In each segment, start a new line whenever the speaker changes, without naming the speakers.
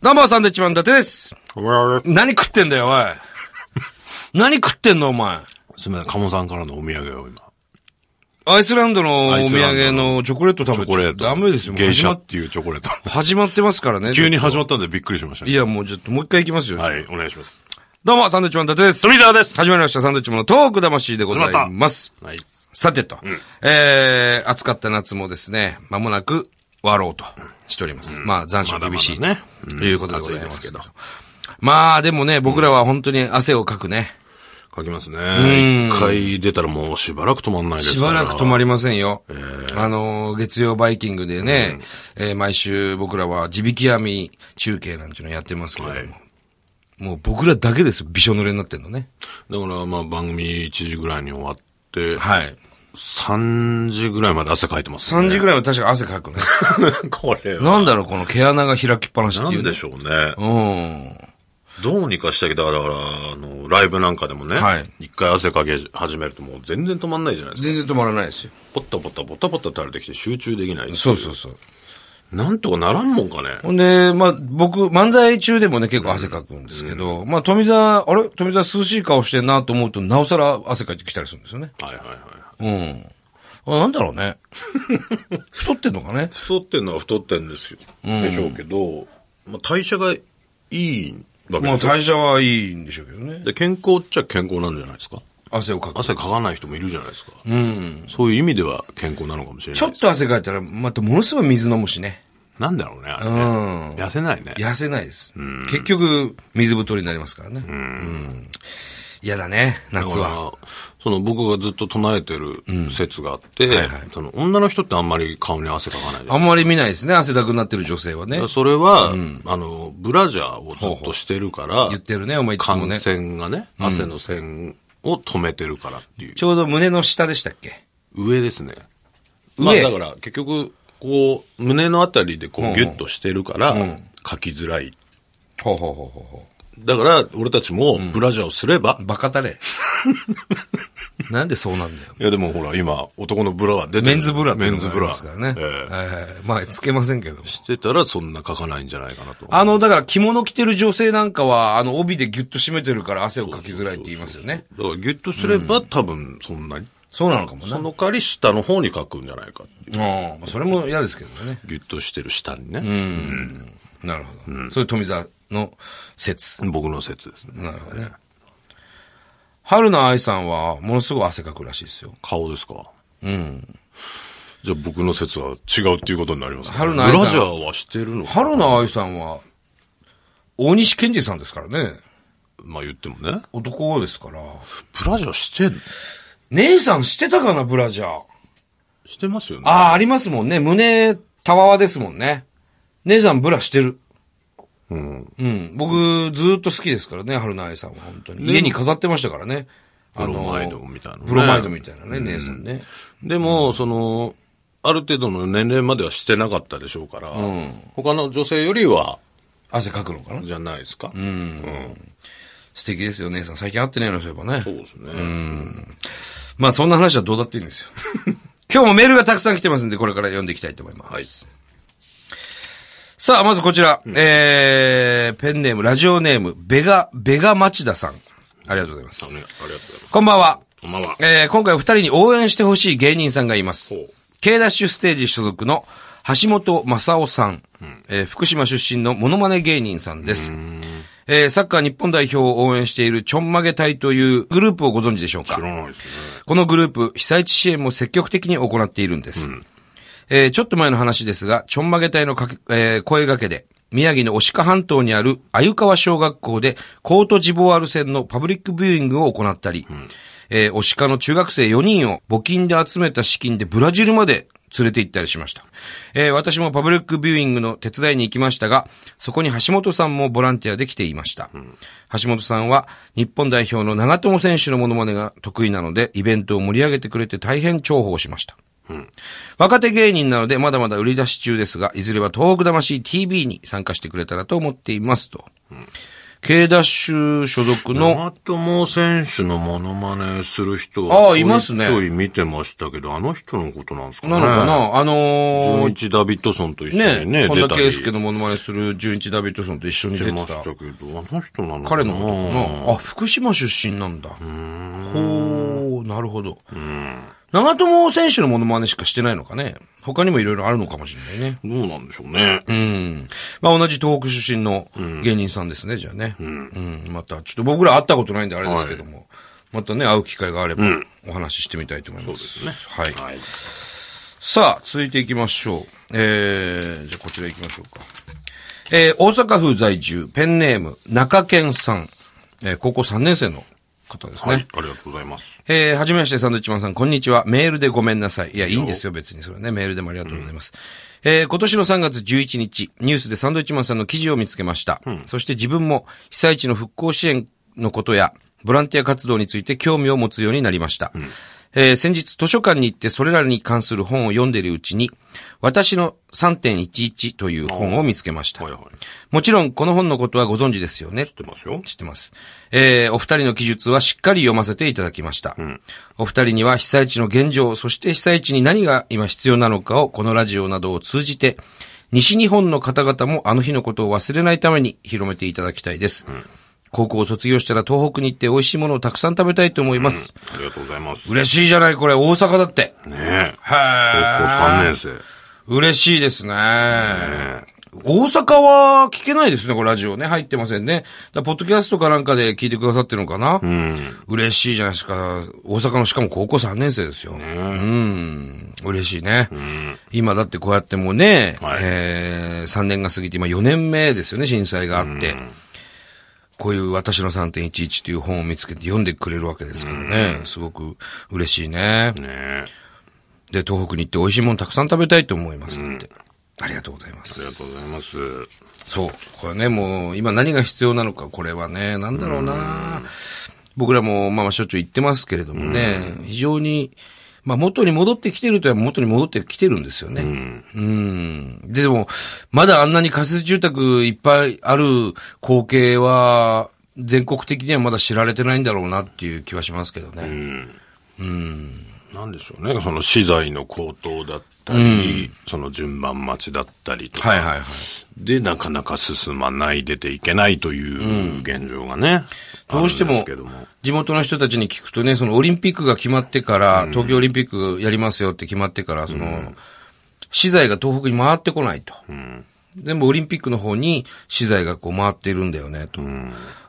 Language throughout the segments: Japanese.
ナンバーサンドイッチマン伊達です。
お前あれ
何食ってんだよ、おい。何食ってんの、お前。
すみません、カモさんからのお土産を今。
アイスランドのお土
アイスラ
産
ンド
のチョコレート食べ
チョコレート。
ダメですよ、もう
芸
始
者
まっ
っていうチョコレート。
始まってますからね。
急に始まったんでびっくりしました
い
ね。
や、もうちょっともう一回行きますよ。
はい、お願いします。
どうも、サンドイッチマン伊達です。
富澤です
始まりました、サンドイッチマンのトーク魂でございます。
はい。
さてと、えー、暑かった夏もですね、間もなく終わろうとしております。まあ、残暑厳しい
まだまだね
ということでございますけど。まあ、でもね、僕らは本当に汗をかくね。
書きますね。一回出たらもうしばらく止まんないです
しばらく止
ん
まりませんよ。あのー、月曜バイキングでね、えー毎週僕らは地引き網中継なんていうのやってますけれども。もう僕らだけですよ。びしょ濡れになってんのね。
だからまあ番組1時ぐらいに終わって、
はい。
3時ぐらいまで汗かいてますね。
3時ぐらいは確か汗かくね。
これは。
なんだろう、この毛穴が開きっぱなしっ
な
てい
ん
う、
で
ね。
しょうね。
うん。
どうにかしたけど、だから、あの、ライブなんかでもね、
はい
一回汗かけ始めるともう全然止まんないじゃないですか。
全然止まらないですよ。
ポッタポッタポッタポッタ垂れてきて集中できない。
そうそうそう。
なんとかならんもんかね。
ほんで、まあ、僕、漫才中でもね、結構汗かくんですけど、まあ、富澤、あれ富澤涼しい顔してんなと思うと、なおさら汗かいてきたりするんですよね。
はいはいは
う
い。
ん。あなんだろう ね。太ってんのかね。
太ってんのは太ってんですよ。でしょうけど、まあ、代謝がいいわけ
まあ、
ですよ。
代謝はいいんでしょうけどね。
で健康っちゃ健康なんじゃないですか
汗をかく。
汗かかない人もいるじゃないですか。そういう意味では健康なのかもしれ
ち
な
ょ
い
っ。と汗かいたら、またものすごい水飲むしね。
なんだろうね、あれね。
うん
痩せないね。
痩せないです。結局、水太りになりますからね。うん嫌だね、
だ
夏
か
は。
ら、その僕がずっと唱えてる説があって、
はいはい
その女の人ってあんまり顔に汗かかないじゃ
あ
ん。
んまり見ないですね、汗だくになってる女性はね。
それは、あの、ブラジャーをずっとしてるから、
言ってるね、お前いつも
汗
ね。
腺がね、汗の線を止めてるからっていう。
ちょうど胸の下でしたっけ
上ですね。
上
まあだから結局、こう、胸のあたりでこうギュッとしてるから、書きづらい。
ほうほうほうほうほ
だから、俺たちもブラジャーをすれば、
う。バカた れ。なんでそうなんだよ。
いやでもほら、今、男のブラは出てる
メンズブラってい
メ
う
ン
の
ズ
があ
ブ
り
ラ。
ますからね。
ええ
はいはいはいまあ、つけませんけど。
してたら、そんな書かないんじゃないかなと。
あの、だから着物着てる女性なんかは、あの帯でギュッと締めてるから汗をかきづらいって言いますよね。
だから、ギュッとすれば、多分、そんなに。
そうなのかも
そ
ね。
の代わり、下の方に書くんじゃないかっていう。
うん。それも嫌ですけどね。
ギュッとしてる下にね。
なるほど。それ富澤の説。
僕の説ですね。
なるほどね。春菜愛さんは、ものすごい汗かくらしいですよ。
顔ですかうん。じゃあ僕の説は違うっていうことになりますね。
春
ブ
菜愛さん
ラジャーはしてるのか
春菜愛さんは、大西健二さんですからね。
まあ言ってもね。
男ですから。
ブラジャーしてん、
姉さんしてたかな、ブラジャー。
してますよね。
ああ、ありますもんね。胸、たわわですもんね。姉さんブラしてる。
うん。
うん。僕、ずーっと好きですからね、春菜愛さんは、本当に。家に飾ってましたからね。
プロマイドみたいなね
プロマイドみたいなね、姉さんね。
でも、その、ある程度の年齢まではしてなかったでしょうから、他の女性よりは、
汗かくのかな
じゃないですか。うん。
素敵ですよ、姉さん。最近会ってないの、そういえばね
そ。うですね。
まあ、そんな話はどうだっていいんですよ。 今日もメールがたくさん来てますんで、これから読んでいきたいと思います。さあ、まずこちら、えー、ペンネーム、ラジオネーム、ベガ、ベガ町田さん。ありがとうございます。
あね、ありがとうございます。
こんばんは。
こんばんは
えー今回お二人に応援してほしい芸人さんがいます
ほう。
K ダッシュステージ所属の橋本正夫さん。えー福島出身のモノマネ芸人さんです。えーサッカー日本代表を応援しているちょんまげ隊というグループをご存知でしょうか
知らないですね。
このグループ、被災地支援も積極的に行っているんです。えーちょっと前の話ですが、ちょんまげ隊のかけ、えー声がけで、宮城の押鹿半島にある鮎川小学校で、コートジボワール戦のパブリックビューイングを行ったり、えー押鹿の中学生4人を募金で集めた資金でブラジルまで連れて行ったりしました。えー私もパブリックビューイングの手伝いに行きましたが、そこに橋本さんもボランティアで来ていました。橋本さんは日本代表の長友選手のモノマネが得意なので、イベントを盛り上げてくれて大変重宝しました。若手芸人なのでまだまだ売り出し中ですが、いずれは東北魂 TV に参加してくれたらと思っていますと。 K ダッシュ所属の、
長友選手のモノマネする人は、
ああいますね
ちょい見てましたけど、あの人のことなんですかね。
なのかな、あの
純
ー、
一ダビッドソンと一緒
ね、
にね、
本
出
田
た
圭
り
佑のモノマネする純一ダビッドソンと一緒に
し
出
て
て
ましたた。けど、あの人なのかな
彼のことかなあ、福島出身なんだ。ほう、なるほど。長友選手のモノマネしかしてないのかね。他にもいろいろあるのかもしれないね。
どうなんでしょうね。
うん。まあ同じ東北出身の芸人さんですね、じゃあね。うん。また、ちょっと僕ら会ったことないんであれですけども。またね、会う機会があれば、お話ししてみたいと思います。そうですね。はい。
はい。
さあ、続いていきましょう。えー、じゃあこちら行きましょうか。えー、大阪府在住、ペンネーム、中健さん。えー、高校3年生の方ですね。
はい。ありがとうございます。
えー、はじめまして、サンドウィッチマンさん、こんにちは。メールでごめんなさい。いや、いいんですよ、別にそれはね。メールでもありがとうございます。えー、今年の3月11日、ニュースでサンドウィッチマンさんの記事を見つけました。そして自分も、被災地の復興支援のことや、ボランティア活動について興味を持つようになりました。えー先日図書館に行ってそれらに関する本を読んでいるうちに、私の3.11という本を見つけました
はい。はい。
もちろんこの本のことはご存知ですよね
知っ。てますよ。
知ってます。えーお二人の記述はしっかり読ませていただきました。お二人には被災地の現状、そして被災地に何が今必要なのかをこのラジオなどを通じて、西日本の方々もあの日のことを忘れないために広めていただきたいです。高校を卒業したら東北に行って美味しいものをたくさん食べたいと思います。
ありがとうございます。
嬉しいじゃないこれ、大阪だって。
ねえ。
へ
高校3年生。
嬉しいですね。
え
大阪は聞けないですね、これラジオね。入ってませんね。だからポッドキャストかなんかで聞いてくださってるのかな、嬉しいじゃないですか。大阪のしかも高校3年生ですよ。うん。嬉しいね、今だってこうやってもうね、
はい
えー、3年が過ぎて今4年目ですよね、震災があって。こういう私の3.11という本を見つけて読んでくれるわけですからね。すごく嬉しいね。
ねえ。
で、東北に行って美味しいものたくさん食べたいと思いますって。ありがとうございま
あり
す。
がとうございます。
そう。これね、もう、今何が必要なのか、これはね、なんだろうな僕らも、まあまあ、しょっちゅう言ってますけれどもね、非常に、まあ、元に戻ってきてるとは元に戻ってきてるんですよね。うん。で、でも、まだあんなに仮設住宅いっぱいある光景は、全国的にはまだ知られてないんだろうなっていう気はしますけどね。
なんでしょうね。その資材の高騰だったり、その順番待ちだったりとか。
はいはいはい。
で、なかなか進まない、出ていけないという現状がね。
どうして
ある
も
んですけども。、
地元の人たちに聞くとね、そのオリンピックが決まってから、東京オリンピックやりますよって決まってから、その、資材が東北に回ってこないと。全部オリンピックの方に資材がこう回ってるんだよね、と。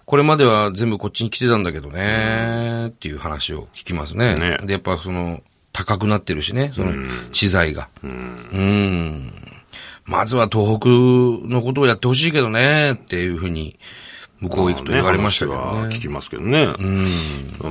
これまでは全部こっちに来てたんだけどね、っていう話を聞きますね。
ね
で、やっぱその、高くなってるしね、その、資材が。うんまずは東北のことをやってほしいけどね、っていうふうに、向こう行くと言われましたけど
話は
ね
聞きますけどね。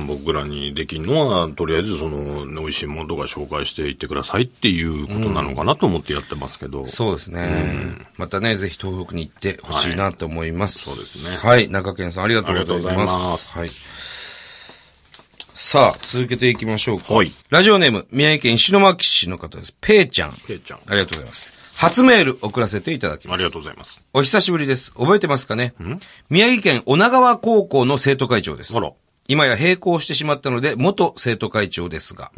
僕らにできるのは、とりあえずその、美味しいものとか紹介していってくださいっていうことなのかなと思ってやってますけど。
そうですね。またね、ぜひ東北に行ってほしいなと思います。
はいそうですね
はい、中堅さんありがとうございます。
ありがとうございます
はい。さあ、続けていきましょうか。
はい
ラジオネーム、宮城県石巻市の方です。ペイちゃん。
ペイちゃん
ありがとうございます。初メール送らせていただきます。
ありがとうございます。
お久しぶりです。覚えてますかね宮城県女川高校の生徒会長です
あ。ら。
今や並行してしまったので、元生徒会長ですが、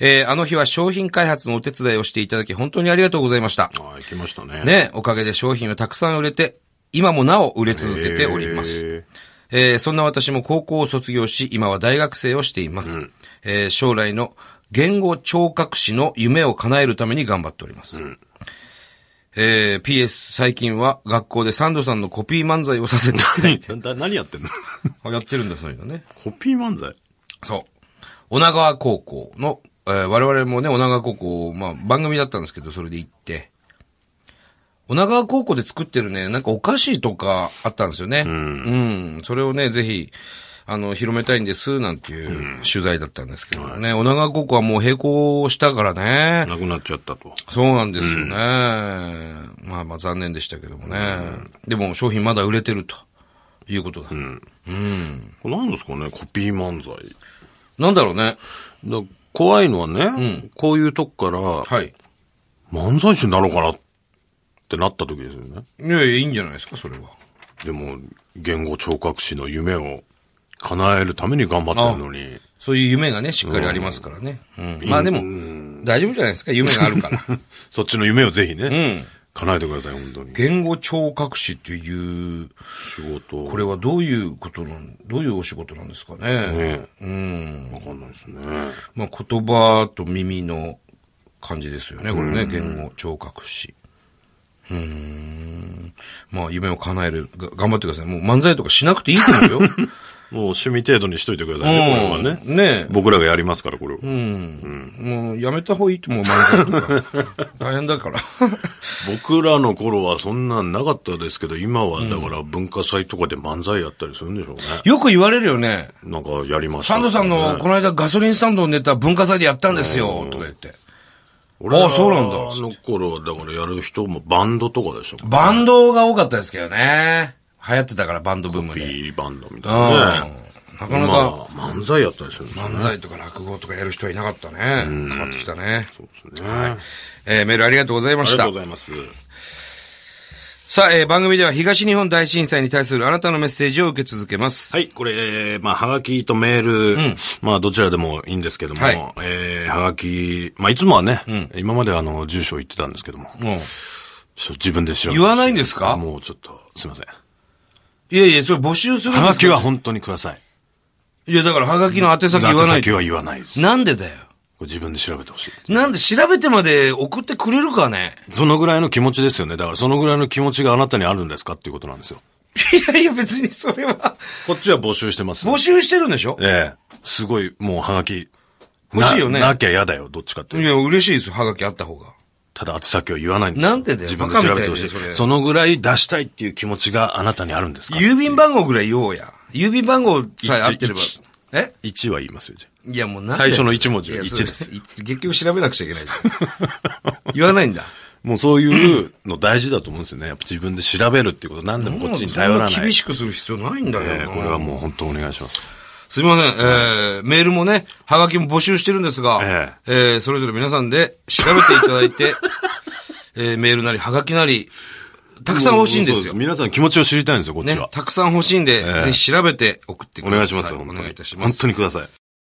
えーあの日は商品開発のお手伝いをしていただき、本当にありがとうございました。
ああ、来ましたね。
ね、おかげで商品をたくさん売れて、今もなお売れ続けております。
へ
えーそんな私も高校を卒業し、今は大学生をしています。えー将来の言語聴覚士の夢を叶えるために頑張っております。えー PS 最近は学校でサンドさんのコピー漫才をさせていただいて、
ー。だ何やってんの
あやってるんだ、そういうのね。
コピー漫才
そう。女川高校の、えー我々もね、女川高校、まあ番組だったんですけど、それで行って、女川高校で作ってるね、なんかお菓子とかあったんですよね。うん。それをね、ぜひ、あの、広めたいんです、なんていう取材だったんですけどもね、女川高校はもう並行したからね。
なくなっちゃったと。
そうなんですよね。まあまあ残念でしたけどもね。でも商品まだ売れてるということだ。
これ何ですかねコピー漫才。
なんだろうね。
だ怖いのはね、こういうとこから、
はい。
漫才師になろうかなってなった時ですよね。
いやいや、いいんじゃないですか、それは。
でも、言語聴覚士の夢を叶えるために頑張ってるのに。
そういう夢がね、しっかりありますからね。うん。まあでも、大丈夫じゃないですか、夢があるから。
そっちの夢をぜひね、叶えてください、本当に。
言語聴覚士っていう、
仕事。
これはどういうことなん、どういうお仕事なんですかね。
ね。うん。わかんないですね。
まあ言葉と耳の感じですよね、これね、言語聴覚士。うーん。まあ夢を叶える、が頑張ってください。もう漫才とかしなくていいと思う よ。
もう趣味程度にしといてくださいね、これはね。
うんねえ
僕らがやりますから、これを。
もうやめた方がいいと思う、漫才とか。 大変だから。
僕らの頃はそんなんなかったですけど、今はだから文化祭とかで漫才やったりするんでしょうね。
よく言われるよね。
なんかやりました
サ
と
ン
かね、
ドさんの、この間ガソリンスタンドのネタ文化祭でやったんですよ、とか言って。
俺ら
あそうなんだ
の頃は、だからやる人もバンドとかでしたもんね。
バンドが多かったですけどね。流行ってたから、バンドブームで。
B バンドみ
う
た
ん
いなね。
なか
ま
なか
あ、漫才やったりするんですよね。
漫才とか落語とかやる人はいなかったね。変わってきたね。
そうですね。あ
えーメールありがとうございま
り
し
がと
た
うご。ざいます。
さあ、えー番組では東日本大震災に対するあなたのメッセージを受け続けます。
はい、これ、えーまあ、はがきとメール、まあ、どちらでもいいんですけども、
はい
えーはがき、まあ、いつもはね、今まであの、住所言ってたんですけども、
もう
ちょっと自分で知ら
言わないんですか
もうちょっと、すいません。
いやいや、それ募集するんです
は
か
がきは本当にください。
いや、だからはがきの宛先言わ
宛
ない
先
と。
は言わないです。こ
なんでだよ。
れ自分で調べてほしい。
なんで調べてまで送ってくれるかね
そのぐらいの気持ちですよね。だからそのぐらいの気持ちがあなたにあるんですかっていうことなんですよ。
いやいや、別にそれは。
こっちは募集してます。
募集してるんでしょ
ええ。すごい、もうはがき。
欲しいよね
ななきゃ嫌だよ、どっちかっていうと
いや、嬉しいですよ、はがきあった方が。
ただ、厚先を言わないんです
なんでだよ
自分で調べてほし
バカみたいだよそれ
い。そのぐらい出したいっていう気持ちがあなたにあるんですか
郵便番号ぐらい言おうや。郵便番号さえ合ってれば
一。
え
?1 は言いますよ、じゃあ
いや、もうなんで
最初の一文字は
や
い1です。
そうい結局調べなくちゃいけないじゃん。言わないんだ。
もうそういうの大事だと思うんですよね。やっぱ自分で調べるっていうこと、何でもこっちに頼らない。
そん厳しくする必要ないんだ
え
よ
え
な。
これはもう本当お願いします。
すいません、えー、メールもね、はがきも募集してるんですが、え
え
ーそれぞれ皆さんで調べていただいて、 えー、メールなり、はがきなり、たくさん欲しいんで
もう
す
そう
よ。
皆さん気持ちを知りたいんですよ、こっち
ね
は、。
たくさん欲しいんで、
え
ぜひ調べて送ってく
お
ださい。
願いします、
お
本当
願い
に
いたし。ま
本
す。
当にください。